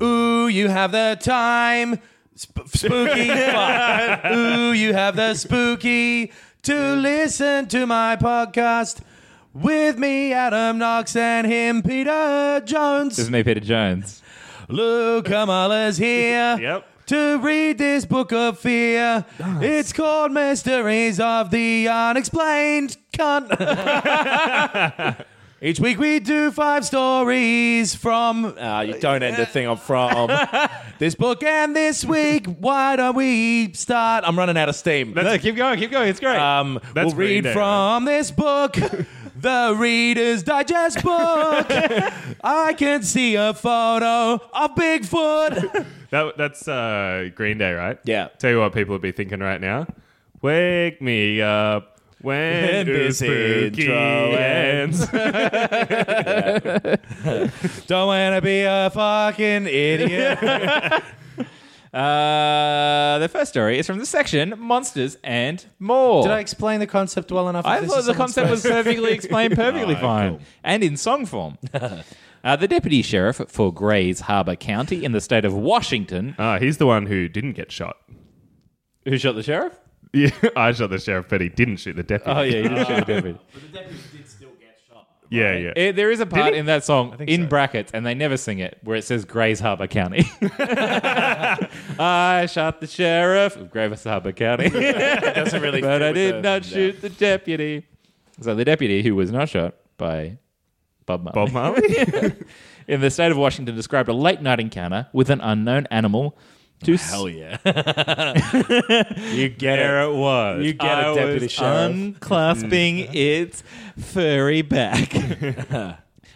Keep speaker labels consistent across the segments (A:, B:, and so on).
A: you have the time. Sp- spooky fun. Ooh, you have the spooky to listen to my podcast with me, Adam Knox, and him, Peter Jones.
B: Isn't he Peter Jones?
A: Lou Kamala's here.
C: Yep.
A: To read this book of fear, it's called Mysteries of the Unexplained Cunt. Each week we do five stories from. Ah, you don't end the thing I'm from. this book and this week, why don't we start? I'm running out of steam.
B: No, keep going, keep going. It's great.
C: Uh,
A: Um,
C: That's
A: we'll read
C: pretty damn.
A: from this book, the Reader's Digest book. I can see a photo of Bigfoot.
C: That, that's uh, Green Day, right?
A: Yeah.
C: Tell you what people would be thinking right now. Wake me up
A: When
C: when the
A: this
C: spooky
A: intro
C: ends.
A: Don't want to be a fucking idiot.
B: Uh, the first story is from the section Monsters and More.
A: Did I explain the concept well enough?
B: I
A: This
B: thought
A: is
B: the
A: someone's
B: concept was
A: first-
B: perfectly explained, perfectly fine, and in song form. uh, the deputy sheriff for Grays Harbor County in the state of Washington,
C: Ah, he's the one who didn't get shot.
B: who shot the sheriff.
C: Yeah, I shot the sheriff, but he didn't shoot the deputy.
B: Oh yeah, he did shoot the deputy.
C: yeah, yeah.
B: Eh, there is a part
C: he?
B: in that song in
C: so.
B: brackets, and they never sing it, where it says Grays Harbor County. I shot the sheriff of Grays Harbor County.
A: doesn't really.
B: but
A: fit
B: I
A: with
B: did
A: the-
B: not shoot the deputy. So the deputy who was not shot by Bob Marley,
C: Bob Marley?
B: in the state of Washington described a late night encounter with an unknown animal. To s-
A: Hell yeah! you get
C: There
A: it.
C: it was.
B: you get
A: I
B: a deputy
A: was
B: sheriff Mm. unclasping its furry back.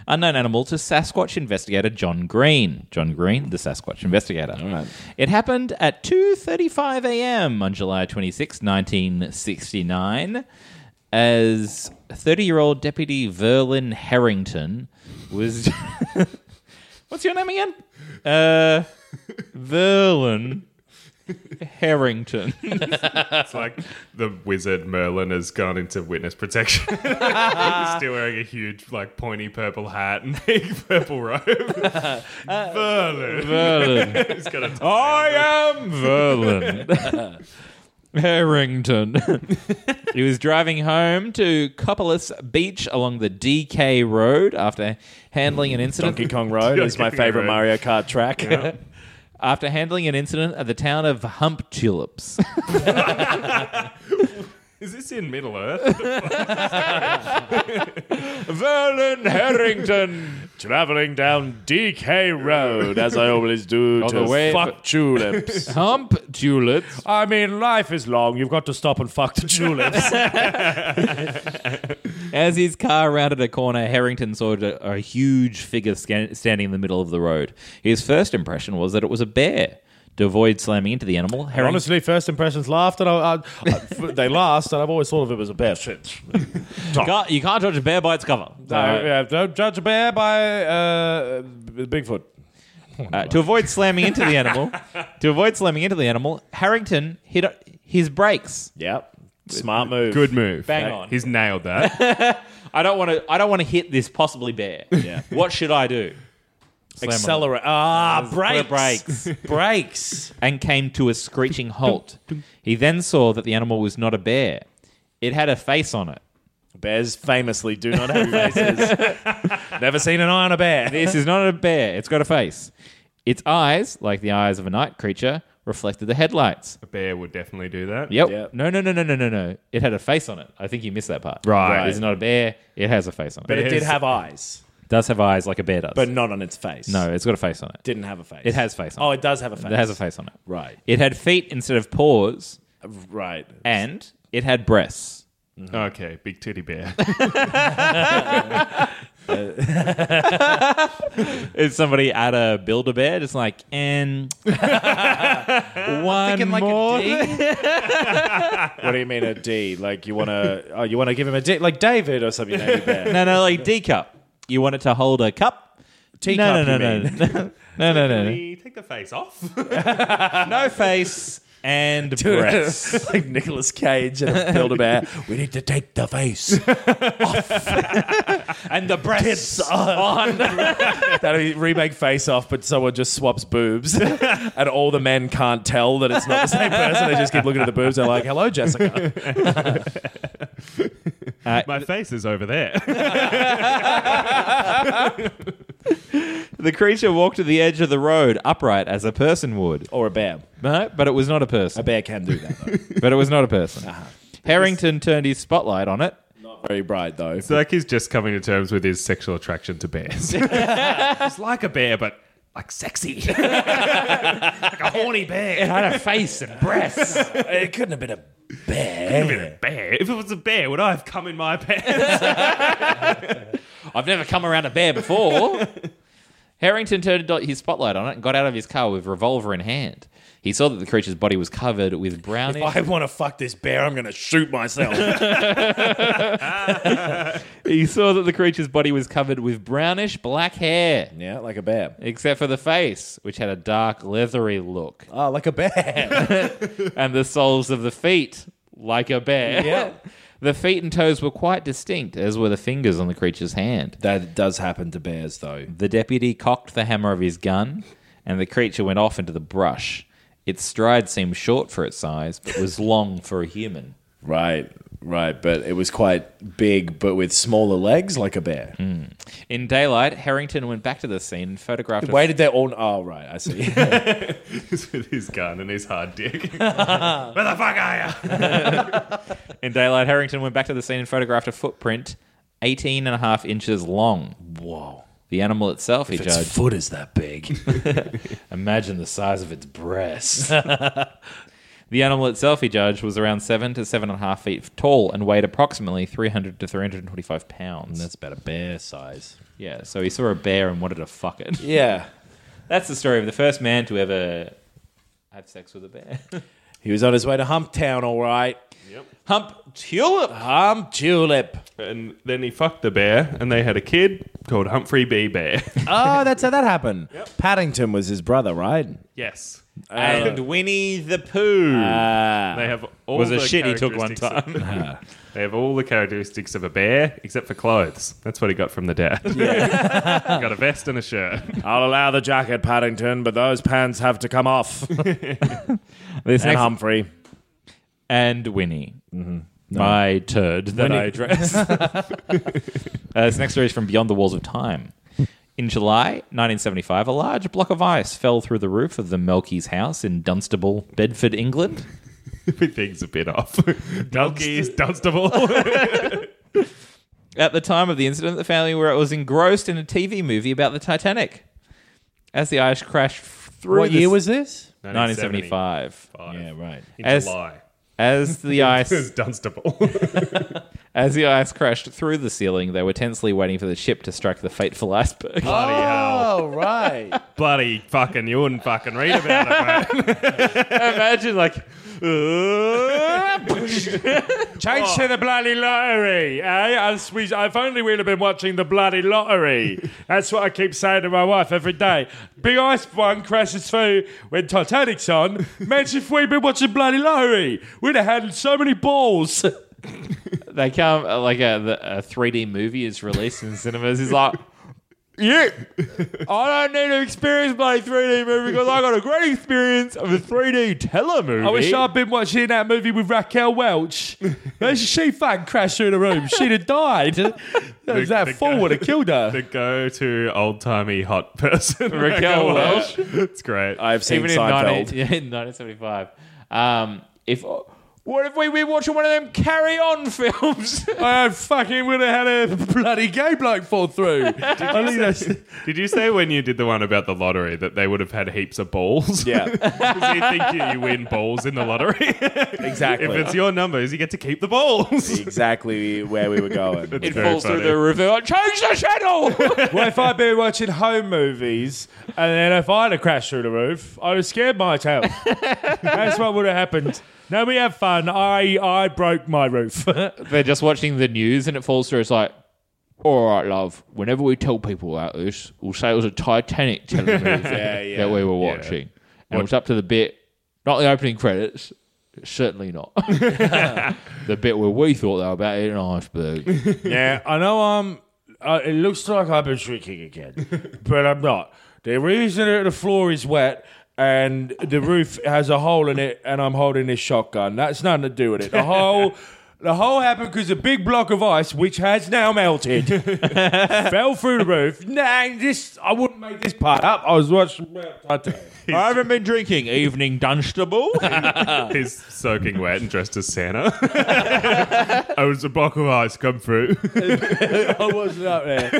B: Unknown animal to Sasquatch investigator John Green. John Green, the Sasquatch investigator. All
A: right.
B: It happened at 2:35 a.m. on July 26, 1969, as 30-year-old deputy Verlin Harrington was. What's your name again? Uh, Verlin Harrington.
C: It's like the wizard Merlin has gone into witness protection. He's still wearing a huge, like, pointy purple hat and big purple robe. Merlin.
B: Verlin.
C: He's got a
A: Oh.
B: I am Verlin. Harrington. he was driving home to Coppolis Beach along the DK Road after handling an incident.
A: Donkey Kong Road is my
C: Donkey
A: favorite
C: Road.
A: Mario Kart track.
B: After handling an incident at the town of Hump Tulips.
C: Is this in Middle Earth?
B: Verlin Harrington.
A: Traveling down DK Road as I always do
B: On the way-
A: tulips.
B: Hump Tulips.
A: I mean, life is long. You've got to stop and fuck the tulips.
B: As his car rounded a corner, Harrington saw a, a huge figure scan- standing in the middle of the road. His first impression was that it was a bear. To avoid slamming into the animal, Harrington
A: Honestly, first impressions laughed, and I, I, I- they last, and I've always thought of it as a bear. Uh, Shit.
B: Can't- you can't judge a bear by its cover.
A: No, yeah, don't judge a bear by uh, Bigfoot.
B: Uh, to avoid slamming into the animal, to avoid slamming into the animal, Harrington hit his brakes.
A: Yep. Smart move.
C: Good move.
B: Bang on.
C: He's nailed that.
B: I don't want to. I don't want to hit this possibly bear.
A: Yeah.
B: What should I do? Slam on it.
A: Accelerate. Ah,
B: Put
A: brakes.
B: a brakes.
A: Brakes.
B: and came to a screeching halt. He then saw that the animal was not a bear. It had a face on it.
A: Bears famously do not have faces. Never seen an eye on a bear.
B: This is not a bear. It's got a face. Its eyes, like the eyes of a night creature, reflected the headlights.
C: A bear would definitely do that.
B: Yep.
A: Yep.
B: No, no, no, no, no, no, no. It had a face on it. I think you missed that part.
C: Right.
B: It's not a bear. It has a face on it.
A: But it did
C: Bears-
A: have eyes,
B: does have eyes like a bear does.
A: but not on its face.
B: no, it's got a face on it.
A: Didn't have a face.
B: It has face on
A: Oh,
B: it.
A: it does have a face.
B: It has a face on it.
A: Right.
B: It had feet instead of paws,
A: Uh, Right.
B: and it had breasts.
C: Okay, big titty bear.
B: Is somebody at a build a bear just like and one more?
A: What do you mean a D? Like you want to? Oh, you want to give him a D? Like David or something? Navy bear.
B: no, no, like D cup. You want it to hold a cup?
A: Teacup,
B: no,
A: you
B: no, no, no, no, no, no, no,
C: Take the face off.
B: no face, and
A: Dude,
B: breasts.
A: like Nicolas Cage and a Build a Bear. We need to take the face.
B: and the breasts on.
A: That'll be remake Face Off, but someone just swaps boobs, and all the men can't tell that it's not the same person. They just keep looking at the boobs. They're like, "Hello, Jessica."
C: My face is over there.
B: the creature walked to the edge of the road upright as a person would.
A: Or a bear.
B: No, but it was not a person.
A: A bear can do that. Though.
B: but it was not a person. Harrington turned his spotlight on it.
A: Not very bright though.
C: so like he's just coming to terms with his sexual attraction to bears. It's like a bear, but like sexy, like a horny bear.
B: had a face and breasts.
A: it couldn't have been a bear.
C: Been a bear. If it was a bear, would I have come in my pants?
B: I've never come around a bear before. Harrington turned his spotlight on it and got out of his car with revolver in hand. He saw that the creature's body was covered with brownish.
A: I want to fuck this bear. I'm going to shoot myself.
B: He saw that the creature's body was covered with brownish black hair,
A: yeah, like a bear.
B: except for the face, which had a dark, leathery look,
A: Oh, like a bear.
B: and the soles of the feet, like a bear.
A: Yeah.
B: The feet and toes were quite distinct, as were the fingers on the creature's hand.
A: that does happen to bears though.
B: The deputy cocked the hammer of his gun, and the creature went off into the brush. Its stride seemed short for its size, but was long for a human.
A: Right, right. But it was quite big, but with smaller legs, like a bear.
B: In daylight, Harrington went back to the scene and photographed. a-
A: Waited there all. Oh, right. I see.
C: He's with his gun and his hard dick. Where the fuck are you?
B: In daylight, Harrington went back to the scene and photographed a footprint 18 and a half inches long.
A: Whoa.
B: The animal itself, he
A: Its
B: judged.
A: foot is that big.
B: Imagine the size of its breasts. the animal itself, he judged, was around seven to seven and a half feet tall and weighed approximately 300 to 325 pounds.
A: That's about a bear size.
B: Yeah, so he saw a bear and wanted to fuck it.
A: Yeah.
B: That's the story of the first man to ever have sex with a bear.
A: He was on his way to Hump Town, all right.
B: Hump tulip.
A: Hump Tulip.
C: And then he fucked the bear, and they had a kid called Humphrey B. Bear.
A: Oh, that's how that happened. Paddington was his brother, right?
C: yes.
B: and Winnie the Pooh.
C: They have all
B: was a
C: the
B: shit he took one
C: characteristics of- they have all the characteristics of a bear except for clothes. That's what he got from the dad. got a vest and a shirt.
A: I'll allow the jacket, Paddington, but those pants have to come off.
B: this
A: and
B: next-
A: Humphrey.
B: and Winnie. My turd that
A: Winnie-
B: I addressed. uh, this next story is from Beyond the Walls of Time. In July 1975, a large block of ice fell through the roof of the Melkies' house in Dunstable, Bedford, England.
C: Everything's a bit off. Donkeys, Dunstable.
B: At the time of the incident, the family were was engrossed in a TV movie about the Titanic. As the ice crashed f- through,
A: What
B: the
A: year
B: s-
A: was this?
B: 1975?
A: Yeah, right.
C: In
B: As-
C: July.
B: As the
C: This is
B: ice
C: Dunstable.
B: as the ice crashed through the ceiling, they were tensely waiting for the ship to strike the fateful iceberg.
C: Bloody hell.
A: Oh, right.
C: Bloody fucking, you wouldn't fucking read about it, mate.
B: Imagine like
A: Change to the bloody lottery, eh? As we, I've only really been watching the bloody lottery. That's what I keep saying to my wife every day. Big ice one crashes through when Titanic's on. Imagine if we'd been watching bloody lottery. We'd have had so many balls.
B: they come uh, like a, the, a 3D movie is released in cinemas. He's like, yeah, I don't need to experience my 3D movie because I got a great experience of a 3D telemovie.
D: I wish I'd been watching that movie with Raquel Welch. Imagine she fucking crashed through the room. She'd have died. That,
C: the
D: that
C: guy-
D: fool would have killed her.
C: The go to old timey hot person. oh,
B: Raquel Welch.
C: It's great.
A: I've seen
B: even in, 19, yeah, in 1975. Um, if what if we were watching one of them carry on films?
D: I fucking would have had a bloody gay bloke fall through. I think that's,
C: Did you say when you did the one about the lottery that they would have had heaps of balls?
A: yeah,
C: Because you think you, you win balls in the lottery.
A: exactly.
C: if it's your numbers, you get to keep the balls.
A: exactly where we were going.
C: very
B: it falls through
C: funny.
B: the roof. Like, Change the channel.
D: what if I'd been watching home movies and then if I'd have crashed through the roof, I would have scared myself. That's what would have happened. Now we have fun. I I broke my roof.
B: They're just watching the news and it falls through. It's like. All right, love. Whenever we tell people about this, we'll say it was a Titanic telemovie
A: Yeah, yeah.
B: that we were watching, and it was up to the bit
E: Not the opening credits. Certainly not. the bit where we thought they were about eating an iceberg.
F: Yeah, I know I'm. Uh, it looks like I've been drinking again, but I'm not. The reason that the floor is wet and the roof has a hole in it, and I'm holding this shotgun. That's nothing to do with it. The whole. The whole happened because a big block of ice, which has now melted, fell through the roof. Nah, this I wouldn't make this part up. I was watching.
E: I haven't been drinking. Evening Dunstable.
C: He's soaking wet and dressed as Santa. I was a block of ice come through.
F: I wasn't up there.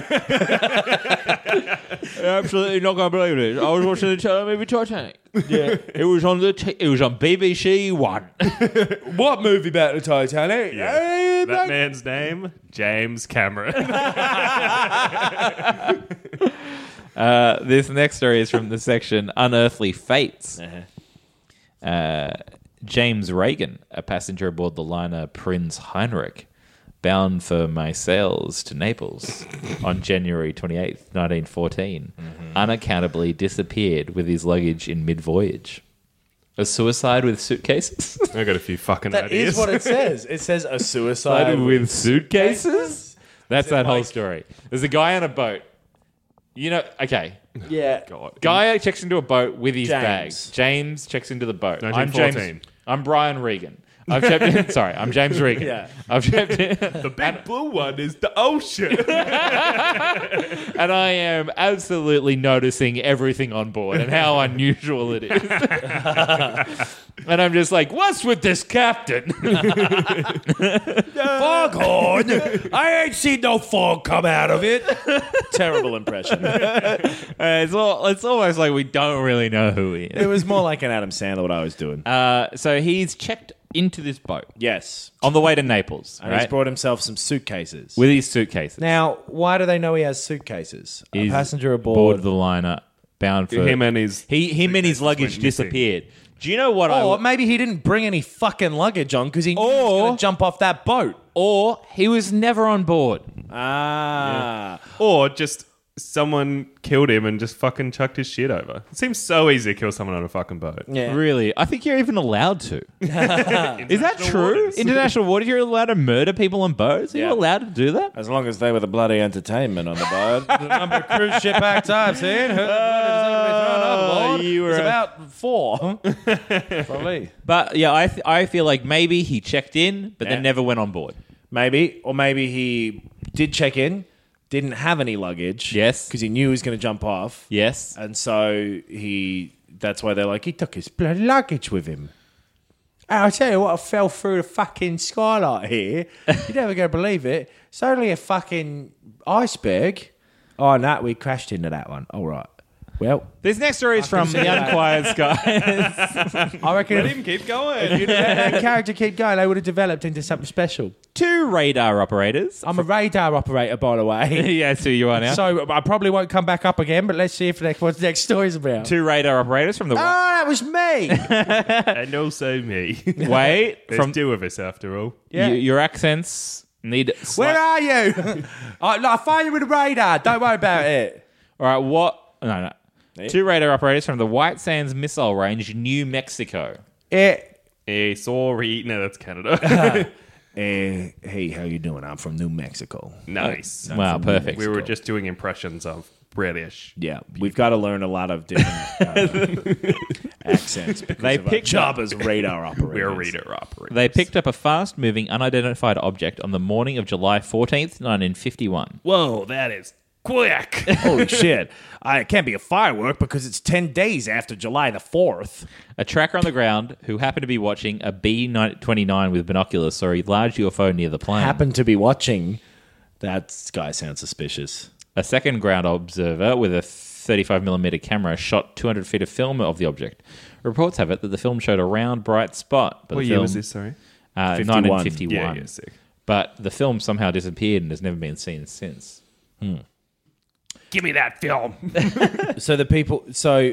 E: Absolutely not going to believe this. I was watching the television movie Titanic. Yeah, it was on the t- it was on BBC One.
F: What movie about the Titanic? Eh,
C: That man's name, James Cameron.
B: Uh, this next story is from the section Unearthly Fates. Uh, James Reagan, a passenger aboard the liner Prinz Heinrich, bound for Marseilles to Naples on January 28th, 1914, unaccountably disappeared with his luggage in mid voyage. A suicide with suitcases?
C: I got a few fucking
A: That
C: ideas.
A: is what it says. It says a suicide
B: with suitcases? That's that whole story.
E: There's a guy on a boat. You know, okay.
A: Yeah.
E: Guy checks into a boat with his
A: James.
E: bags. James checks into the boat. I'm
C: 1914.
E: James. I'm Brian Regan. I've checked in. Sorry, I'm James Regan.
A: Yeah.
E: I've checked in,
C: the big blue one is the ocean.
E: and I am absolutely noticing everything on board and how unusual it is. and I'm just like, what's with this captain?
A: Foghorn. I ain't seen no fog come out of it. Terrible impression.
B: Uh, it's, all, it's almost like we don't really know who he
A: It
B: is.
A: was more like an Adam Sandler what I was doing.
B: Uh, so he's checked into this boat
A: yes.
B: on the way to Naples,
A: And he's
B: right?
A: brought himself some suitcases.
B: With his suitcases.
A: now, why do they know he has suitcases? A
B: He's
A: passenger aboard.
B: board the liner bound for
C: Him and his
B: he him and his luggage
C: missing.
B: disappeared. Do you know what
A: or
B: I
A: maybe he didn't bring any fucking luggage on because he knew he was
B: Or-
A: going to jump off that boat.
B: or he was never on board.
A: Ah.
C: Or just someone killed him and just fucking chucked his shit over. It seems so easy to kill someone on a fucking boat.
A: Yeah.
B: Really? I think you're even allowed to. Is that
C: International
B: true?
C: waters.
B: International water, you're allowed to murder people on boats? Are
A: Yeah.
B: you allowed to do that?
A: As long as they were the bloody entertainment on the boat. the number of cruise ship acts I've seen, who the bloody thing
B: you
A: thrown overboard, is
B: were a-
A: about four. Probably.
B: But yeah, I th- I feel like maybe he checked in but
A: Yeah.
B: then never went on board.
A: Maybe. Or maybe he did check in, didn't have any luggage.
B: Yes.
A: Because he knew he was going to jump off.
B: Yes.
A: And so he. That's why they're like, he took his bloody luggage with him. And I'll tell you what, I fell through the fucking skylight here. You're never going to believe it. It's only a fucking iceberg. Oh, no, we crashed into that one. All right. Well,
B: This next story is from
A: see
B: The
A: that.
B: Unquiet Skies.
A: I reckon if
C: Him keep going.
A: that character kept going, they would have developed into something special.
B: Two radar operators.
A: I'm a radar operator, by the way.
B: yeah, so you are now.
A: So I probably won't come back up again, but let's see if next, what the next story's about.
B: Two radar operators from the
A: Oh, that was me.
C: and also me.
B: Wait,
C: There's
B: from
C: two of us after all.
A: Yeah.
B: Y- your accents need. Sli-
A: Where are you? I, I find you with a radar. Don't worry about it.
B: All right, what? No, no. Two radar operators from the White Sands Missile Range, New Mexico.
A: It.
C: Eh, sorry. No, that's Canada.
A: eh, hey, how you doing? I'm from New Mexico.
C: nice.
B: wow, perfect.
C: We were just doing impressions of British.
A: Yeah, we've got to learn a lot of different uh, accents.
B: They of our picked job
A: as radar operators.
C: We're reader operator.
B: They picked up a fast moving, unidentified object on the morning of July 14th, 1951.
C: Whoa, that is quick.
A: Holy shit! I, it can't be a firework because it's ten days after July the fourth.
B: A tracker on the ground who happened to be watching a B 29 with binoculars saw a large UFO near the plane.
A: Happen to be watching. That guy sounds suspicious.
B: A second ground observer with a 35mm camera shot 200 feet of film of the object. Reports have it that the film showed a round, bright spot. But
C: What
B: the
C: year
B: film,
C: was this? Sorry.
B: Uh,
A: 51.
B: 1951.
C: Yeah, yeah, sick.
B: But the film somehow disappeared and has never been seen since.
C: Give me that film.
A: So the people, so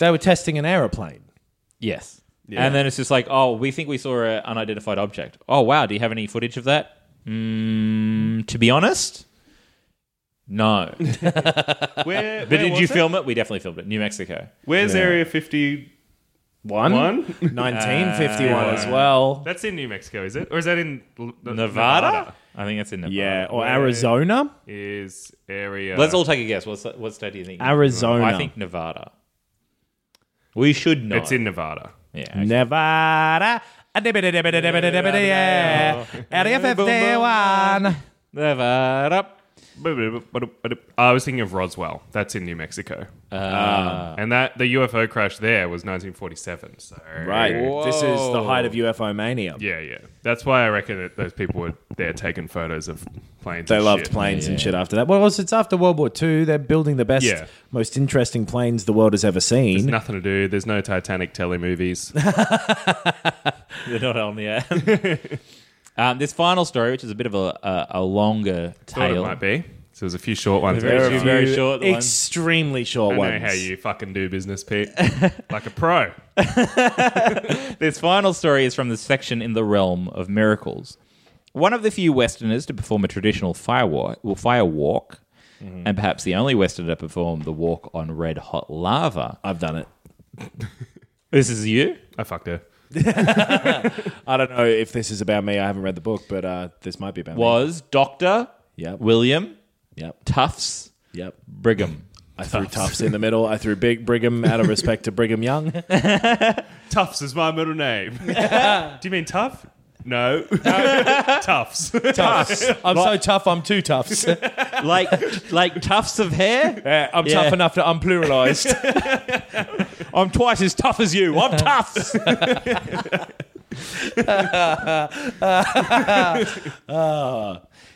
A: they were testing an aeroplane.
B: Yes. And then it's just like, oh, we think we saw an unidentified object. Oh, wow. Do you have any footage of that? Mm, to be honest, no. but
C: Where, where
B: did
C: was
B: you
C: it? Uh,
B: film it? We definitely filmed it. New Mexico.
C: Where's Area 50?
A: One?
C: One?
A: 1951 as
C: Yeah.
A: well.
C: That's in New Mexico, is it? Or is that in L-
B: Nevada? I think that's in Nevada.
A: Yeah, or Arizona.
C: Is area.
B: Let's all take a guess. What's what state do you think?
A: Arizona.
B: I think Nevada. We should know.
C: It's in Nevada.
B: Yeah.
A: Nevada. Area 51.
B: Nevada.
C: I was thinking of Roswell. That's in New Mexico. Um, and that the UFO crash there was 1947. So
A: Right. This is the height of UFO mania.
C: Yeah, yeah. That's why I reckon that those people were there taking photos of planes.
A: They
C: and
A: loved
C: shit.
A: planes and shit after that. Well, it's, it's after World War II. They're building the best,
C: Yeah.
A: most interesting planes the world has ever
C: There's
A: seen.
C: nothing to do. There's no Titanic telemovies.
B: They're not on the air. um, this final story, which is a bit of a, a, a longer
C: Thought it
B: tale.
C: might be. So there's a few short ones.
B: Very
C: I
B: few very short ones.
A: Extremely short
C: don't know
A: ones.
C: how you fucking do business, Pete. like a pro.
B: This final story is from the section in the realm of miracles. One of the few Westerners to perform a traditional fire walk, well, fire walk and perhaps the only Westerner to perform the walk on red hot lava.
A: I've done it.
B: This is you?
C: I fucked her.
A: I don't know if this is about me. I haven't read the book, but uh, this might be about me.
B: Was Dr.
A: Yep.
B: William
A: Yep.
B: Tufts
A: Yep.
B: Brigham.
A: I threw Tufts in the middle. I threw Big Brigham out of respect to Brigham Young.
C: Tufts is my middle name. do you mean tough? No. Tufts.
A: Tufts. I'm so tough, I'm two Tufts. Uh,
B: like like tufts of hair?
A: I'm
B: Yeah.
A: tough enough to I'm pluralized.
B: I'm twice as tough as you. I'm tufts.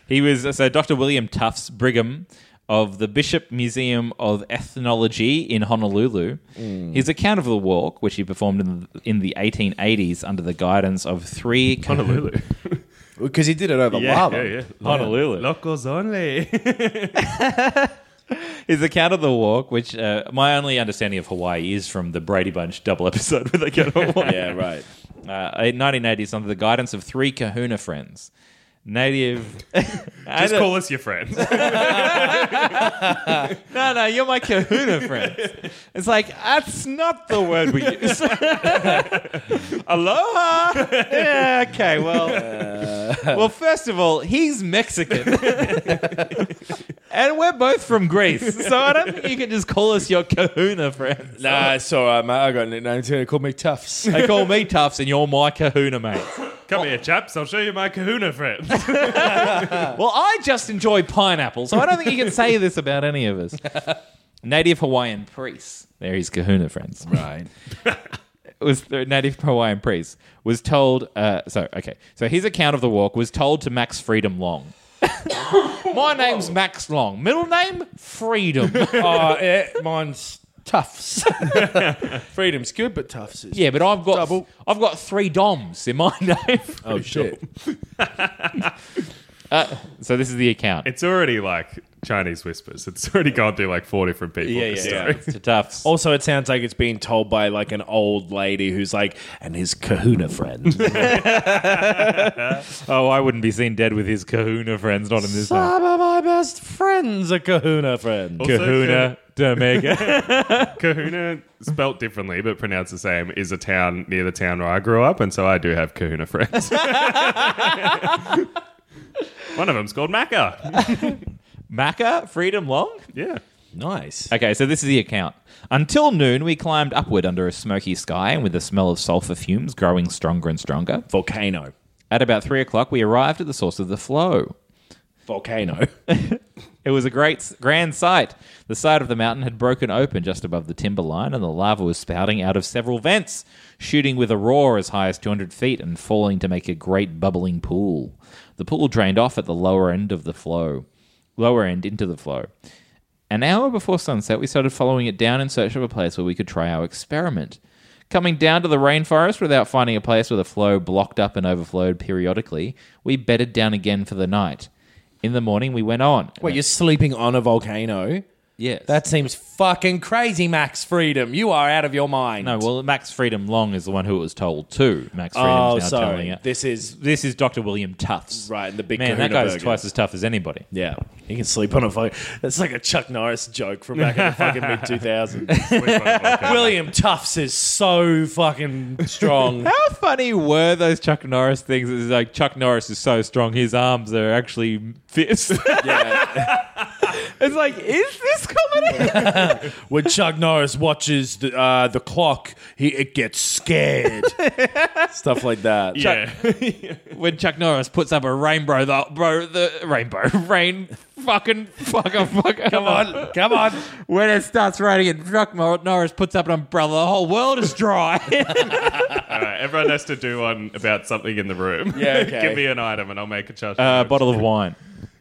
B: He was so Dr. William Tufts Brigham of the Bishop Museum of Ethnology in Honolulu. His account of the walk, which he performed in the, in the 1880s under the guidance of three
C: Honolulu.
A: Because he did it over lava.
C: yeah, yeah.
B: Honolulu.
C: Locals only.
B: His account of the walk, which uh, my only understanding of Hawaii is from the Brady Bunch double episode where they go to Hawaii.
A: Yeah, right.
B: Uh, in 1980s, under the guidance of three Kahuna friends, native.
C: Just call us your friends.
B: No, no, you're my Kahuna friends. It's like that's not the word we use. Aloha. Uh, Yeah. Okay. Well. Well, first of all, he's Mexican, and we're both from Greece, so I don't think you can just call us your Kahuna friends.
F: Nah, it's all right, mate. I got nicknames here. They call me Tufts.
A: Oh,
B: They call me Tufts, and you're my Kahuna mate.
C: Come here, chaps. I'll show you my kahuna friends.
B: Well, I just enjoy pineapple, so I don't think you can say this about any of us. Native Hawaiian priests. There he's kahuna friends. Right. was the native Hawaiian priest was told uh, so okay. So his account of the walk was told to Max Freedom Long. My name's Max Long. Middle name Freedom.
F: oh, yeah, mine's Tufts. Freedom's good, but Tufts is.
B: Yeah, but I've got
F: Double.
B: I've got three DOMs in my name.
F: oh, shit.
B: So this is the account.
C: It's already like Chinese whispers. It's already gone through like four different people. Yeah, yeah,
B: It's tough.
A: Also, it sounds like it's being told by like an old lady who's like, and his kahuna friend.
B: Oh, I wouldn't be seen dead with his kahuna friends, not in this town.
A: Some of my best friends are kahuna friends.
C: Also,
B: Kahuna Domega.
C: Kahuna, spelt differently but pronounced the same, is a town near the town where I grew up, and so I do have Kahuna friends. One of them's called Macca.
B: Maca, Freedom Long.
C: Yeah.
A: Nice.
B: Okay, so this is the account. Until noon, we climbed upward under a smoky sky and with the smell of sulfur fumes growing stronger and stronger.
A: Volcano.
B: At about three o'clock, we arrived at the source of the flow.
A: Volcano.
B: It was a great, grand sight. The side of the mountain had broken open just above the timber line, and the lava was spouting out of several vents, shooting with a roar as high as 200 feet and falling to make a great bubbling pool. The pool drained off at the lower end of the flow, lower end into the flow. An hour before sunset, we started following it down in search of a place where we could try our experiment. Coming down to the rainforest without finding a place where the flow blocked up and overflowed periodically, we bedded down again for the night. In the morning, we went on.
A: Wait, you're sleeping on a volcano?
B: Yes.
A: That seems fucking crazy, Max Freedom. You are out of your mind.
B: no, well, Max Freedom Long is the one who it was told to. Max Freedom's
A: oh,
B: now telling
A: sorry.
B: it.
A: This is
B: This is Dr. William Tufts.
A: right in the big
B: Man, that
A: kahuna
B: guy's
A: burger.
B: twice as tough as anybody.
A: Yeah, he can sleep on a fucking. That's like a Chuck Norris joke from back in the fucking mid 2000s. William Tufts is so fucking strong.
B: How funny were those Chuck Norris things? It's like Chuck Norris is so strong, his arms are actually fists. it's like, is this comedy?
F: When Chuck Norris watches the uh, the clock, he it gets scared. Stuff like that.
C: Yeah.
B: when Chuck Norris puts up a rainbow, the bro, the rainbow rain, fucking fucker, fucker. Come on,
F: Come on.
B: when it starts raining and Chuck Mor- Norris puts up an umbrella, the whole world is dry.
C: All right, everyone has to do one about something in the room. Yeah,
F: okay.
C: Give me an item and I'll make a Chuck.
B: A
C: Norris.
B: Uh, bottle of wine.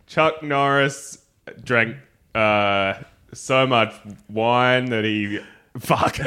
C: Chuck Norris drank uh, so much wine that he fuck.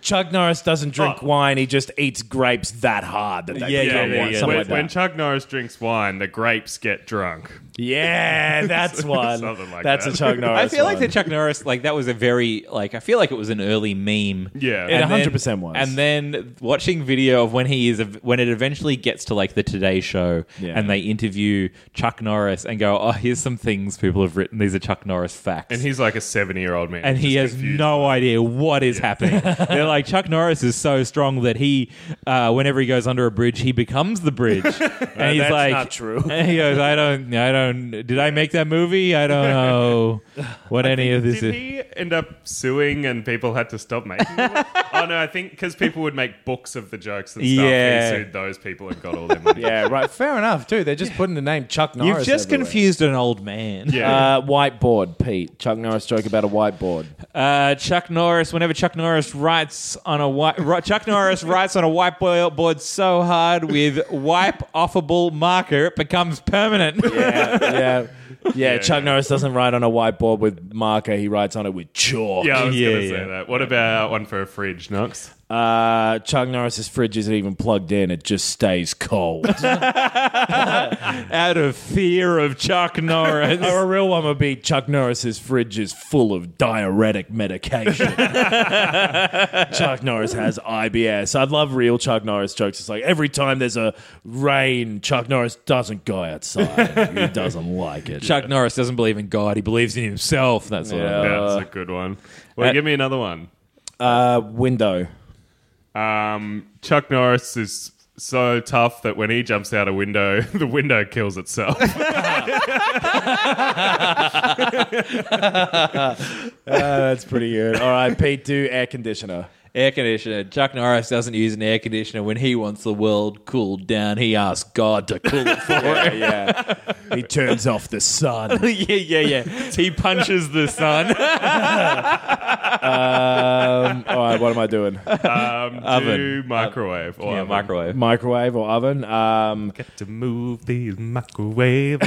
A: Chuck Norris doesn't drink wine; he just eats grapes that hard that they
B: Yeah,
A: become
B: yeah,
A: wine.
B: yeah.
A: Something
C: when,
A: like that.
C: when Chuck Norris drinks wine, the grapes get drunk.
A: yeah, that's one.
C: Something like
A: that's
C: that.
A: a Chuck Norris.
B: I feel like
A: one.
B: the Chuck Norris, like that was a very, like I feel like it was an early meme.
C: Yeah.
B: And
A: It
B: then-
A: 100% was.
B: And then watching video of when he is, when it eventually gets to like the Today Show,
A: Yeah.
B: and they interview Chuck Norris and go, "Oh, here's some things people have written. These are Chuck Norris facts."
C: And he's like a 70 year old man.
B: and he has no idea what is happening. They're like Chuck Norris is so strong that he, uh, whenever he goes under a bridge, he becomes the bridge. and he's
A: that's
B: like,
A: not true.
B: And he goes, I don't, I don't. Did I make that movie? I don't know what any of this
C: Did
B: is.
C: he end up suing and people had to stop making it? oh, no, I think because people would make books of the jokes and stuff.
B: Yeah.
C: He sued those people and got all their money.
A: yeah, right. Fair enough, too. They're just putting the name Chuck Norris.
B: You've just
A: everywhere.
B: confused an old man.
C: Yeah.
A: Uh, whiteboard, Pete. Chuck Norris joke about a whiteboard.
B: Uh, Chuck Norris. Whenever Chuck Norris writes on a white, ri- Chuck Norris writes on a whiteboard so hard with wipe offable marker, it becomes permanent.
A: Yeah, yeah, yeah. Chuck
C: yeah.
A: Norris doesn't write on a whiteboard with marker; he writes on it with chalk.
C: yeah, I was going
B: Uh, Yeah,
C: to say
B: yeah.
C: that. What about one for a fridge, Knox?
A: Uh, Chuck Norris's fridge isn't even plugged in; it just stays cold.
B: Out of fear of Chuck Norris.
A: or a real one would be Chuck Norris's fridge is full of diuretic medication. Chuck Norris has IBS. I'd love real Chuck Norris jokes. It's like every time there's a rain, Chuck Norris doesn't go outside. he doesn't like it.
B: Chuck Norris doesn't believe in God. He believes in himself. That's what I mean.
C: That's a good one. Well,
B: that-
C: give me another one.
A: Uh, window.
C: Um, Chuck Norris is so tough that when he jumps out a window, the window kills itself.
A: Uh, that's pretty good. All right, Pete, do air conditioner.
B: Air conditioner. Chuck Norris doesn't use an air conditioner. When he wants the world cooled down, he asks God to cool it for
A: Yeah,
B: him.
A: yeah. He turns off the sun.
B: yeah, yeah, yeah. He punches the sun.
A: Um, all right, what am I doing?
C: Um, do
B: Oven. Uh,
C: microwave or
B: yeah,
C: oven.
B: microwave.
A: Microwave or oven? Um,
C: to move these microwave.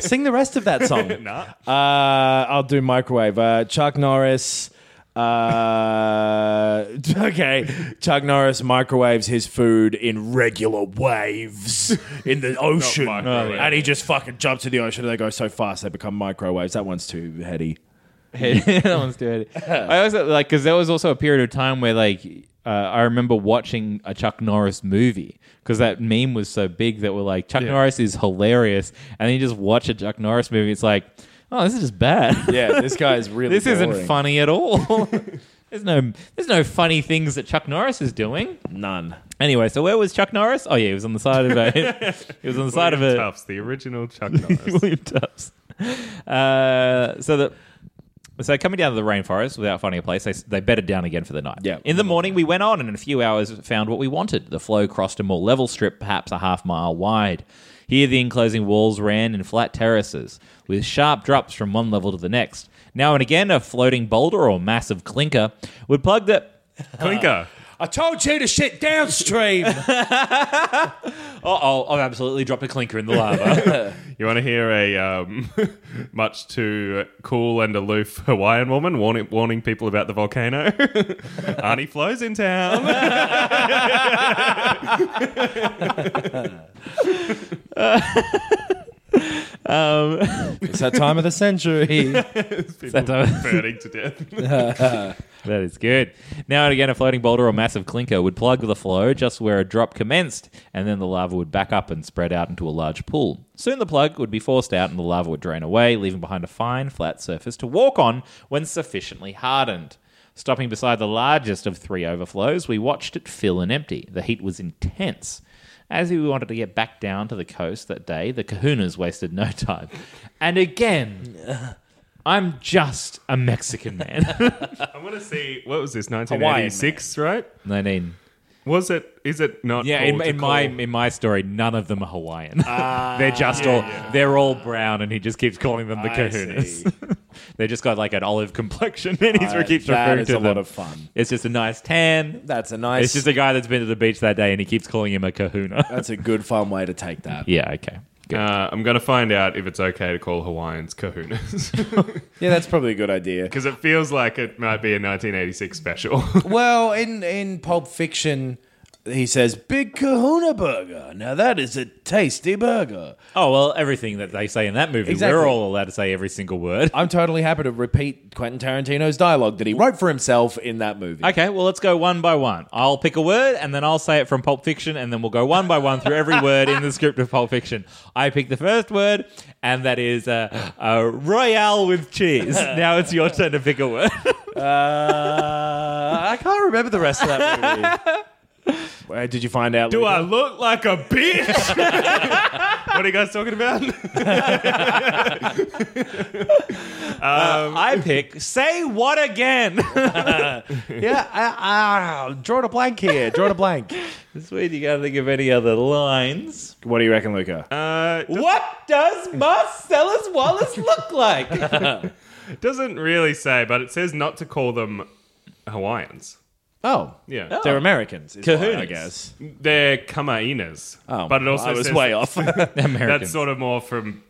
A: sing the rest of that song.
C: nah.
A: Uh, I'll do microwave. Uh, Chuck Norris. Uh, okay. Chuck Norris microwaves his food in regular waves in the ocean.
C: microwave.
A: And he just fucking jumps in the ocean and they go so fast they become microwaves. That one's too heady.
B: That one's too heady. I also like because there was also a period of time where like uh, I remember watching a Chuck Norris movie because that meme was so big that we're like Chuck Norris is hilarious, and then you just watch a Chuck Norris movie, it's like, oh, this is just bad.
A: Yeah, this guy's really
B: this isn't
A: boring.
B: funny at all. there's no there's no funny things that Chuck Norris is doing.
A: None.
B: Anyway, so where was Chuck Norris? Oh yeah, he was on the side of a he was on the side of a
C: Tufts, the original Chuck Norris.
B: William Tufts. Uh, so the so coming down to the rainforest without finding a place, they they bedded down again for the night.
A: Yeah.
B: In the morning, we went on, and in a few hours, found what we wanted. The flow crossed a more level strip, perhaps a half mile wide. Here, the enclosing walls ran in flat terraces with sharp drops from one level to the next. Now and again, a floating boulder or mass of clinker would plug that.
C: Clinker.
A: I told you to shit downstream.
B: Oh, oh, I've absolutely dropped a clinker in the lava.
C: You want to hear a um, much too cool and aloof Hawaiian woman warning, warning people about the volcano? Arnie flows in town.
B: Um,
F: It's that time of the century.
C: People
B: time-
C: burning to death.
B: That is good. Now and again, a floating boulder or massive clinker would plug the flow just where a drop commenced, and then the lava would back up and spread out into a large pool. Soon the plug would be forced out and the lava would drain away, leaving behind a fine, flat surface to walk on when sufficiently hardened. Stopping beside the largest of three overflows, we watched it fill and empty. The heat was intense. As we wanted to get back down to the coast that day, the kahunas wasted no time. And again, I'm just a Mexican man.
C: I want to see what was this 1986, right?
B: 19.
C: Was it? Is it not?
B: Yeah,
C: all
B: in,
C: to
B: in my
C: call?
B: in my story, none of them are Hawaiian.
F: Ah,
B: they're just all they're all brown, and he just keeps calling them the kahunas. they just got like an olive complexion, and he keeps
F: Uh, that
B: referring
F: is
B: to
F: a
B: them.
F: lot of fun.
B: it's just a nice tan.
F: That's a nice.
B: it's just a guy that's been to the beach that day, and he keeps calling him a kahuna.
F: that's a good fun way to take that.
B: yeah, okay. Good.
C: Uh, I'm gonna find out if it's okay to call Hawaiians kahunas
F: Yeah, that's probably a good idea.
C: because it feels like it might be a 1986 special.
A: Well, in in Pulp Fiction, he says Big Kahuna Burger. Now that is a tasty burger.
B: oh well, everything that they say in that movie,
A: Exactly.
B: we're all allowed to say every single word.
A: I'm totally happy to repeat Quentin Tarantino's dialogue that he wrote for himself in that movie.
B: Okay, well, let's go one by one. I'll pick a word and then I'll say it from Pulp Fiction, and then we'll go one by one through every word in the script of Pulp Fiction. I pick the first word, and that is uh, uh, Royale with cheese. now it's your turn to pick a word.
A: Uh, I can't remember the rest of that movie. Uh,
F: Where did you find out?
C: Do
F: Luca?
C: I look like a bitch? what are you guys talking about?
B: Uh,
C: Um,
B: I pick Say What Again.
A: yeah, I, I, drawing a blank here. Drawing a blank.
B: Sweet, you gotta think of any other lines.
F: What do you reckon, Luca?
C: Uh,
B: What does Marcellus Wallace look like?
C: it doesn't really say, but it says not to call them Hawaiians.
A: Oh,
C: Yeah,
A: they're Americans. is why, I
B: Kahunas.
A: guess.
C: they're Kamainas.
A: Oh,
C: but it also
A: I was
C: says
A: way off.
B: American.
C: That's sort of more from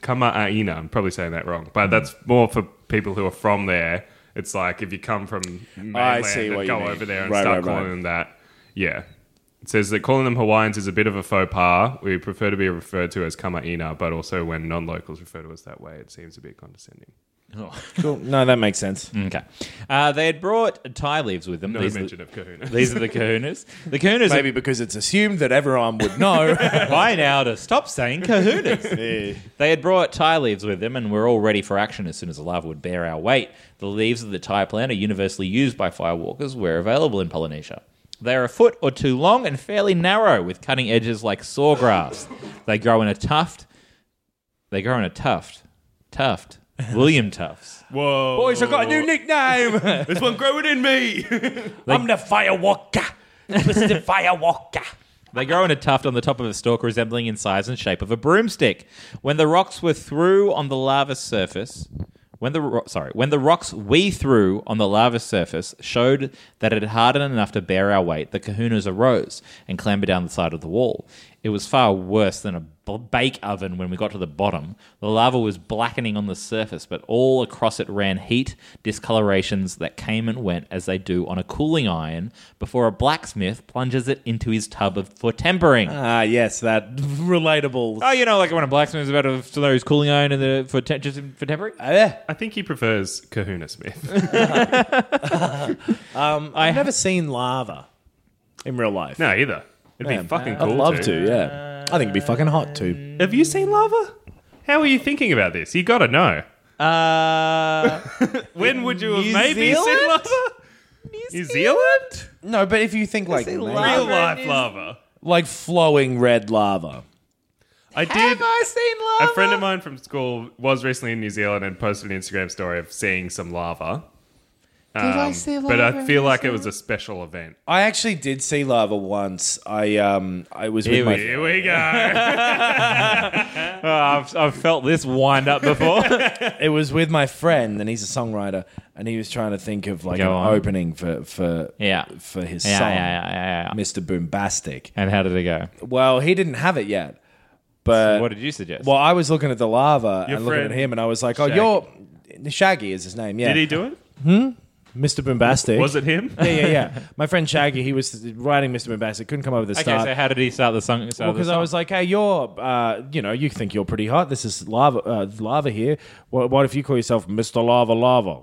C: Kama'aina. I'm probably saying that wrong, but that's more for people who are from there. It's like if you come from mainland
F: I see
C: and
F: what you
C: go
F: mean.
C: over there and
F: Right,
C: start
F: right, right.
C: calling them that. Yeah. It says that calling them Hawaiians is a bit of a faux pas. We prefer to be referred to as Kama'ina, but also when non locals refer to us that way, it seems a bit condescending.
F: Cool. No, that makes sense.
B: okay. Uh, they had brought tie leaves with them.
C: No
B: These are-
C: mention of kahuna.
B: These are the kahunas. The kahunas are
A: Maybe because it's assumed that everyone would know.
B: by now to stop saying kahunas. They had brought tie leaves with them and were all ready for action as soon as the lava would bear our weight. The leaves of the tie plant are universally used by firewalkers where available in Polynesia. They are a foot or two long and fairly narrow, with cutting edges like sawgrass. they grow in a tuft. They grow in a tuft. Tuft. William Tufts.
C: Whoa.
A: Boys, I've got a new nickname.
C: There's one growing in me.
F: I'm the firewalker. Mr. Firewalker.
B: They grow in a tuft on the top of a stalk, resembling in size and shape of a broomstick. When the rocks were through on the lava surface, when the ro- sorry, when the rocks we threw on the lava surface showed that it had hardened enough to bear our weight, the kahunas arose and clambered down the side of the wall. It was far worse than a b- bake oven when we got to the bottom. The lava was blackening on the surface, but all across it ran heat, discolorations that came and went as they do on a cooling iron before a blacksmith plunges it into his tub of, for tempering.
C: Uh.
F: Ah, yes, that
A: Uh,
F: relatable.
B: oh, you know, like when a blacksmith is about to throw his cooling iron in the, for, te- just for tempering?
C: I think he prefers Kahuna Smith.
A: I've never seen lava.
F: In real life.
C: No, either. It'd be fucking cool.
F: I'd love to, yeah.
A: I think it'd be fucking hot too.
C: Have you seen lava? How are you thinking about this? You gotta know.
B: Uh,
C: When would you have
B: New
C: maybe
B: Zealand?
C: seen lava? New Zealand?
A: No, but if you think like
C: Real
B: Lava
C: life
B: is-
C: lava.
F: Like flowing red lava.
C: I did.
B: I seen
C: A friend of mine from school was recently in New Zealand and posted an Instagram story of seeing some lava. Did I see lava? But I feel like it was a special event.
A: I actually did see lava once. I um I was with
B: Here
A: my
C: Here we go.
B: I've, I've felt this wind up before.
A: it was with my friend and he's a songwriter and he was trying to think of like
B: Go
A: an
B: on.
A: opening for for
B: yeah.
A: for his
B: Yeah, yeah,
A: song
B: yeah, yeah, yeah.
A: Mr. Boombastic.
B: And how did it go?
A: Well, he didn't have it yet. But
B: Uh, what did you suggest?
A: Well, I was looking at the lava and looking
C: friend,
A: at him and I was like, "Oh, you're Shaggy is his name." Yeah.
C: Did he do it?
A: Mr. Bombastic.
C: Was it him?
A: Yeah, yeah, yeah. My friend Shaggy, he was writing Mr. Bombastic. Couldn't come up with a
B: Okay,
A: start.
B: so how did he start the song? Start
A: Well,
B: the
A: because I
B: song?
A: was like, hey, you're, uh, you know, you think you're pretty hot. This is lava, uh, lava here. What, what if you call yourself Mr. Lava Lava?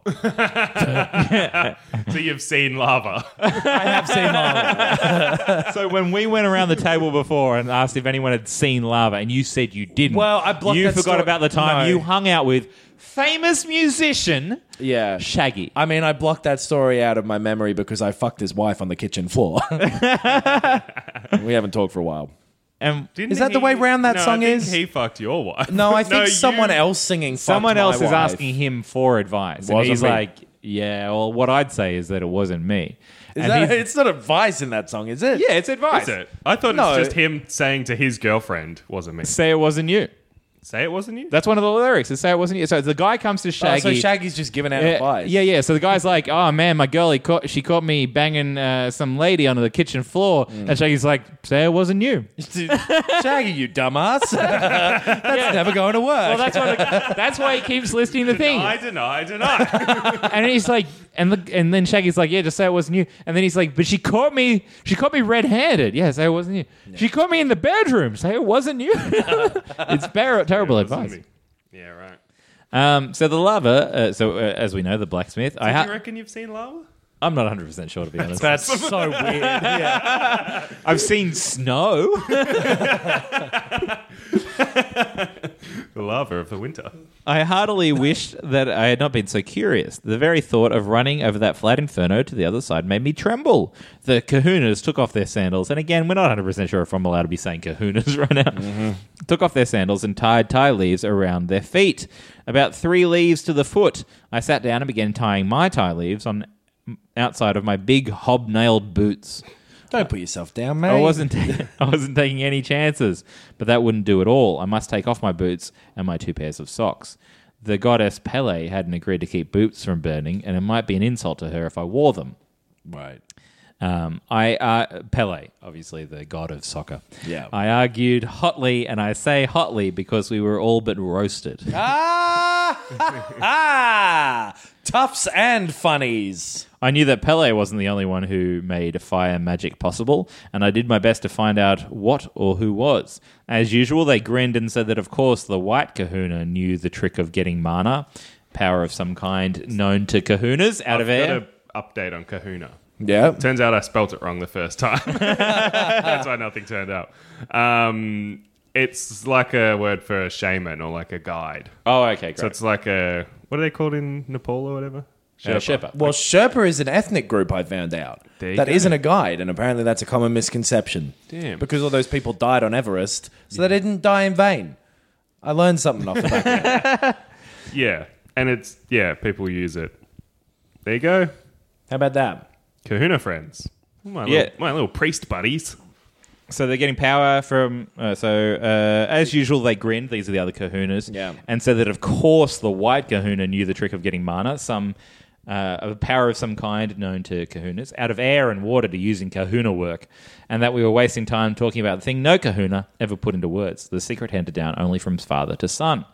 C: so you've seen lava.
A: I have seen lava.
B: So when we went around the table before and asked if anyone had seen lava, and you said you didn't.
A: Well, I blocked
B: You
A: that
B: forgot
A: story-
B: about the
A: No.
B: time you hung out with famous musician
A: Yeah.
B: Shaggy.
A: I mean, I blocked that story out of my memory because I fucked his wife on the kitchen floor. we haven't talked for a while.
B: And
C: Didn't
A: Is that the way round that
C: no, I
A: song
C: think
A: is?
C: He fucked your wife.
A: No, I think someone
C: you-
A: else singing. fucked
B: someone
A: my
B: else is
A: wife.
B: asking him for advice, and
A: Wasn't
B: he's
A: me.
B: like, "Yeah, well, what I'd say is that it wasn't me."
A: Is
B: and
A: that,
B: he's-
A: it's not advice in that song, is it?
B: yeah, it's advice.
C: Is it? I thought
A: No.
C: it's just him saying to his girlfriend, "Wasn't me."
B: Say it wasn't you.
C: Say it wasn't you.
B: That's one of the lyrics. It's say it wasn't you. So the guy comes to
A: Oh,
B: Shaggy.
A: so Shaggy's just giving out
B: Yeah,
A: advice.
B: yeah, yeah. So the guy's like, "Oh man, my girlie caught. She caught me banging uh, some lady onto the kitchen floor." And Shaggy's like, "Say it wasn't you."
A: Shaggy, you dumbass. That's never going to work.
B: Well, that's why. The, that's why he keeps listing the thing.
C: I deny, deny.
B: And he's like, and the, and then Shaggy's like, "Yeah, just say it wasn't you." And then he's like, "But she caught me. She caught me red-handed. Yeah, say it wasn't you. She caught me in the bedroom. Say it wasn't you." it's bar- terrible
C: Wasn't
B: advice.
C: me. Yeah, right.
B: Um, so the lover. Uh, so uh, as we know, the blacksmith. I
C: you
B: ha-
C: reckon you've seen lava?
B: I'm not 100 percent sure to be honest.
A: That's so weird. Yeah.
B: I've seen snow.
C: The lava of the winter.
B: I heartily wished that I had not been so curious. The very thought of running over that flat inferno to the other side made me tremble. The kahunas took off their sandals, and again, we're not 100% sure if I'm allowed to be saying kahunas right now. Took off their sandals and tied tie leaves around their feet. About three leaves to the foot, I sat down and began tying my tie leaves on outside of my big hobnailed boots.
A: Don't put yourself down, mate.
B: I wasn't I wasn't taking any chances, but that wouldn't do at all. I must take off my boots and my two pairs of socks. The goddess Pele hadn't agreed to keep boots from burning, and it might be an insult to her if I wore them.
A: Right.
B: Um, I uh, Pele, obviously the god of soccer.
A: Yeah.
B: I argued hotly, and I say hotly because we were all but roasted.
A: Ah! ha, ha. Tufts and funnies.
B: I knew that Pele wasn't the only one who made fire magic possible, and I did my best to find out what or who was. As usual, they grinned and said that, of course, the white kahuna knew the trick of getting mana, power of some kind known to kahunas out of
C: Got
B: air.
C: an update on Kahuna.
A: Yeah.
C: Turns out I spelt it wrong the first time. That's why nothing turned out. Um, it's like a word for a shaman or like a guide.
B: Oh, okay,
C: So
B: great.
C: it's like a what are they called in Nepal or whatever?
B: So Uh, Sherpa.
A: Well, Sherpa is an ethnic group, I found out.
C: There you
A: That
C: go.
A: not a guide, and apparently that's a common misconception.
C: Damn.
A: Because all those people died on Everest, so they didn't die in vain. I learned something off of that.
C: Yeah, and it's yeah, people use it. There you go,
A: How about that?
C: Kahuna friends. My
B: Yeah.
C: little, my little priest buddies.
B: So they're getting power from. Uh, so uh, as usual, they grinned. These are the other Kahunas,
A: Yeah.
B: and said that of course the white Kahuna knew the trick of getting mana, some uh, a power of some kind known to Kahunas, out of air and water to use in Kahuna work, and that we were wasting time talking about the thing no Kahuna ever put into words, the secret handed down only from father to son.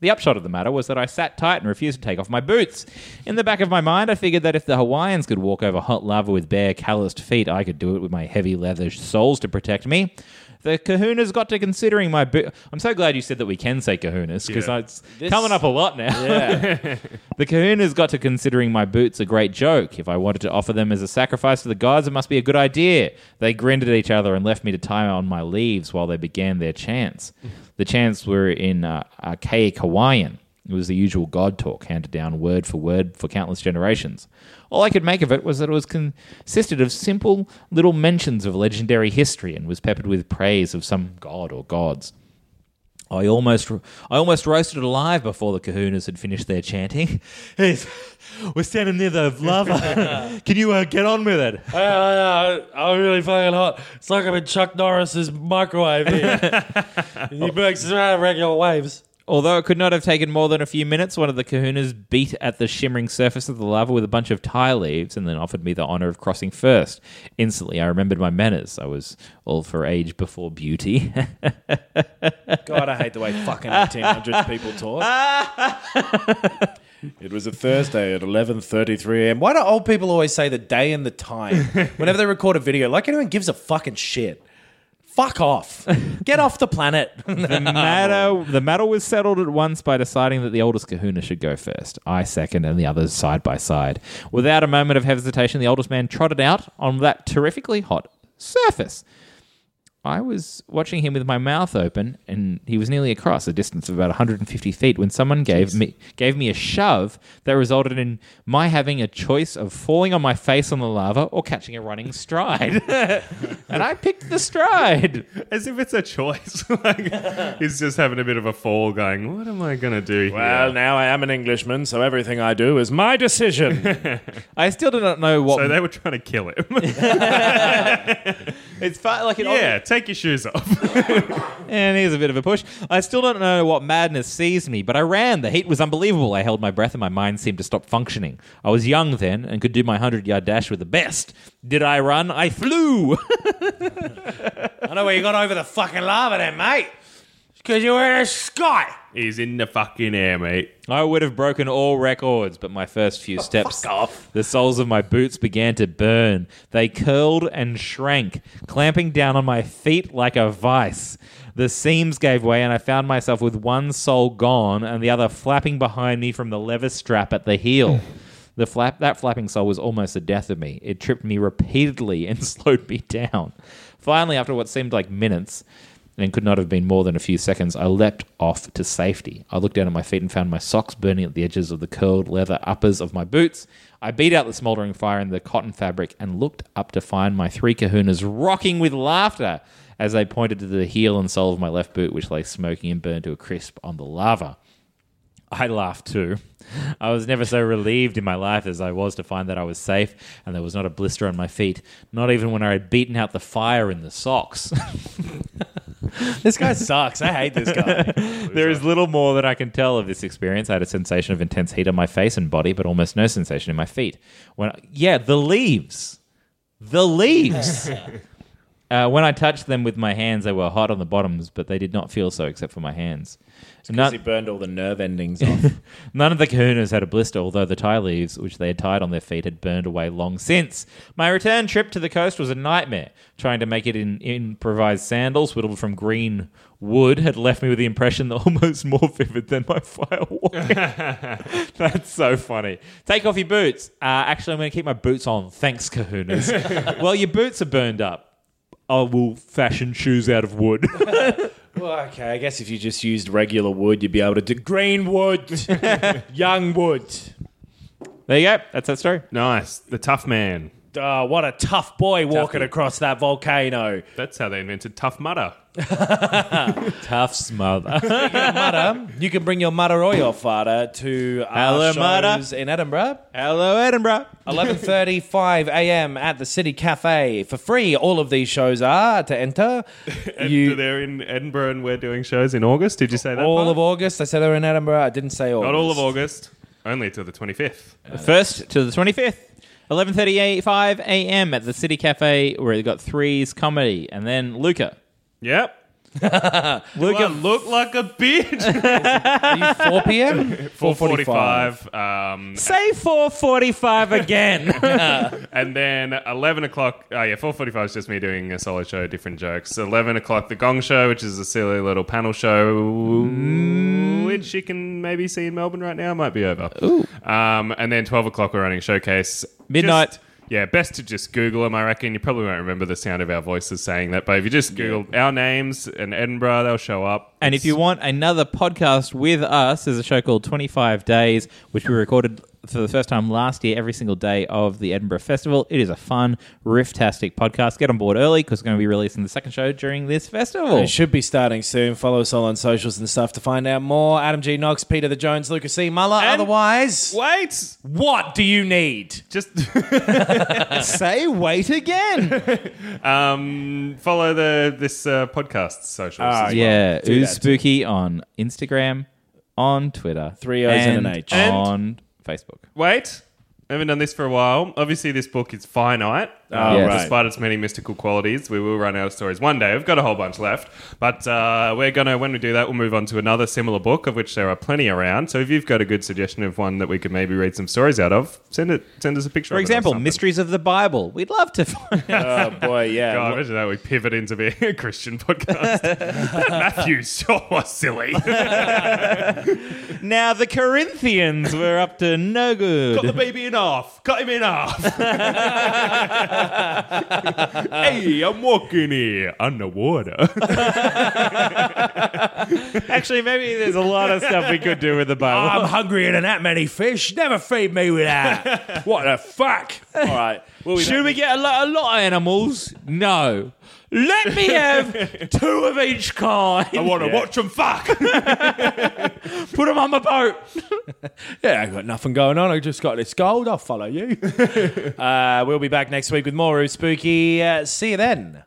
B: The upshot of the matter was that I sat tight and refused to take off my boots. In the back of my mind, I figured that if the Hawaiians could walk over hot lava with bare, calloused feet, I could do it with my heavy leather soles to protect me. The kahunas got to considering my boot. I'm so glad you said that we can say kahunas because
C: Yeah.
B: it's
A: This-
B: coming up a lot now.
A: Yeah.
B: The kahunas got to considering my boots a great joke. If I wanted to offer them as a sacrifice to the gods, it must be a good idea. They grinned at each other and left me to tie on my leaves while they began their chants. The chants were in uh, archaic Hawaiian. It was the usual god talk, handed down word for word for countless generations. All I could make of it was that it was consisted of simple little mentions of legendary history and was peppered with praise of some god or gods. I almost, I almost roasted alive before the Kahunas had finished their chanting. Hey, we're standing near the lava. Can you uh, get on with it?
F: I, am really fucking hot. It's like I'm in Chuck Norris's microwave here. he breaks us out of regular waves.
B: Although it could not have taken more than a few minutes, one of the Kahunas beat at the shimmering surface of the lava with a bunch of tie leaves, and then offered me the honor of crossing first. Instantly, I remembered my manners. I was all for age before beauty.
A: God, I hate the way fucking 1800s people talk.
F: It was a Thursday at 11:33 a.m.
A: Why do old people always say the day and the time whenever they record a video? Like anyone gives a fucking shit. Fuck off. Get off the planet.
B: The
C: Ah,
B: matter, the matter was settled at once by deciding that the oldest kahuna should go first, I second, and the others side by side. Without a moment of hesitation, the oldest man trotted out on that terrifically hot surface. I was watching him with my mouth open, and he was nearly across a distance of about 150 feet when someone gave me gave me a shove that resulted in my having a choice of falling on my face on the lava or catching a running stride. and I picked the stride.
C: As if it's a choice. like he's just having a bit of a fall, going, "What am I gonna do?"
F: Well,
C: here?
F: now I am an Englishman, so everything I do is my decision.
B: I still do not know what
C: so they were trying to kill him.
B: It's fun, like an
C: yeah, take your shoes off.
B: and here's a bit of a push. I still don't know what madness seized me, but I ran. The heat was unbelievable. I held my breath, and my mind seemed to stop functioning. I was young then and could do my hundred yard dash with the best. Did I run? I flew.
A: I know where you got over the fucking lava there, mate. Because you were in the sky.
C: he's in the fucking air, mate.
B: I would have broken all records, but my first few steps, the soles of my boots began to burn. They curled and shrank, clamping down on my feet like a vice. The seams gave way, and I found myself with one sole gone and the other flapping behind me from the leather strap at the heel. The flap that flapping sole was almost the death of me. It tripped me repeatedly and slowed me down. Finally, after what seemed like minutes, and could not have been more than a few seconds, I leapt off to safety. I looked down at my feet and found my socks burning at the edges of the curled leather uppers of my boots. I beat out the smouldering fire in the cotton fabric and looked up to find my three kahunas rocking with laughter as they pointed to the heel and sole of my left boot, which lay smoking and burned to a crisp on the lava. I laughed too. I was never so relieved in my life as I was to find that I was safe and there was not a blister on my feet, not even when I had beaten out the fire in the socks.
A: This guy sucks. I hate this guy.
B: There is little more that I can tell of this experience. I had a sensation of intense heat on my face and body, but almost no sensation in my feet. When I- yeah, the leaves, the leaves. uh, when I touched them with my hands, they were hot on the bottoms, but they did not feel so except for my hands. None,
F: he burned all the nerve endings off.
B: none of the kahunas had a blister, although the tie leaves, which they had tied on their feet, had burned away long since. My return trip to the coast was a nightmare. Trying to make it in improvised sandals whittled from green wood had left me with the impression that almost more vivid than my fire walking. That's so funny. Take off your boots. Uh, actually, I'm going to keep my boots on. Thanks, kahunas. well, your boots are burned up. I will fashion shoes out of wood.
F: well, okay, I guess if you just used regular wood, you'd be able to do green wood, young wood.
B: there you go. That's that story.
C: Nice, the tough man.
F: Oh, what a tough boy walking across that volcano.
C: That's how they invented tough mudder.
B: Tough smother.
A: Mutter, you can bring your mutter or your father to our
B: Hello, mutter.
A: shows in Edinburgh.
B: Hello, Edinburgh.
A: 11:35 a.m. at the City Cafe for free. All of these shows are to enter.
C: You,
A: You,
C: they're in Edinburgh and we're doing shows in August. Did you say that?
A: all
C: part?
A: of August. I said they were in Edinburgh. I didn't say August.
C: Not all of August. Only till the 25th.
B: First to the 25th, 11.35 a.m. at the City Cafe, where they got Threes Comedy, and then Luca.
C: Yep.
B: Luca,
C: I look like a bitch.
A: Are you 4 p.m.
C: 4:45, um,
B: say 4.45 again.
C: and then eleven o'clock. Oh yeah, four forty-five is just me doing a solo show, different jokes. Eleven o'clock, the Gong Show, which is a silly little panel show, which you can maybe see in Melbourne right now. Might be over. Um, and then twelve o'clock, we're running showcase
B: Midnight.
C: Just- yeah, best to just Google them. I reckon you probably won't remember the sound of our voices saying that, but if you just Google our names and Edinburgh, they'll show up.
B: and if you want another podcast with us, there's a show called 25 Days, which we recorded for the first time last year, every single day of the Edinburgh Festival. It is a fun, riff-tastic podcast. Get on board early, because we're going to be releasing the second show during this festival.
A: It should be starting soon. Follow us all on socials and stuff to find out more. Adam G. Knox, Peter the Jones, Lucas C. Muller. Otherwise,
C: wait,
A: what do you need?
C: just.
B: say wait again.
C: Um, follow the this uh, podcast socials. as well.
B: Yeah, Ooze Spooky on Instagram, on Twitter,
A: Three O's and an H.
B: on Facebook.
C: Wait, I haven't done this for a while. Obviously, this book is finite. Um,
B: Yes.
C: Despite its many mystical qualities, we will run out of stories one day. We've got a whole bunch left, but uh, we're gonna when we do that, we'll move on to another similar book of which there are plenty around. So if you've got a good suggestion of one that we could maybe read some stories out of, send it. Send us a picture.
B: For
C: of it or
B: example,
C: something.
B: Mysteries of the Bible. We'd love to find out.
F: Oh boy, yeah.
C: God, imagine that we pivot into being a Christian podcast. That Matthew's so silly.
B: Now, the Corinthians were up to no good.
C: the baby in half. Cut him in half. hey, I'm walking here underwater.
B: Actually, maybe there's a lot of Oh, stuff we could do with the Bible.
F: I'm hungrier than that many fish. Never feed me with that. what the fuck? All right. We'll be
B: Should we get a lot, a lot of animals? No. Let me have two of each kind.
C: I want to watch him fuck.
B: Put them on my boat.
F: Yeah, I got nothing going on. I just got this gold. I'll follow you.
A: Uh, we'll be back next week with more of Spooky. Uh, see you then.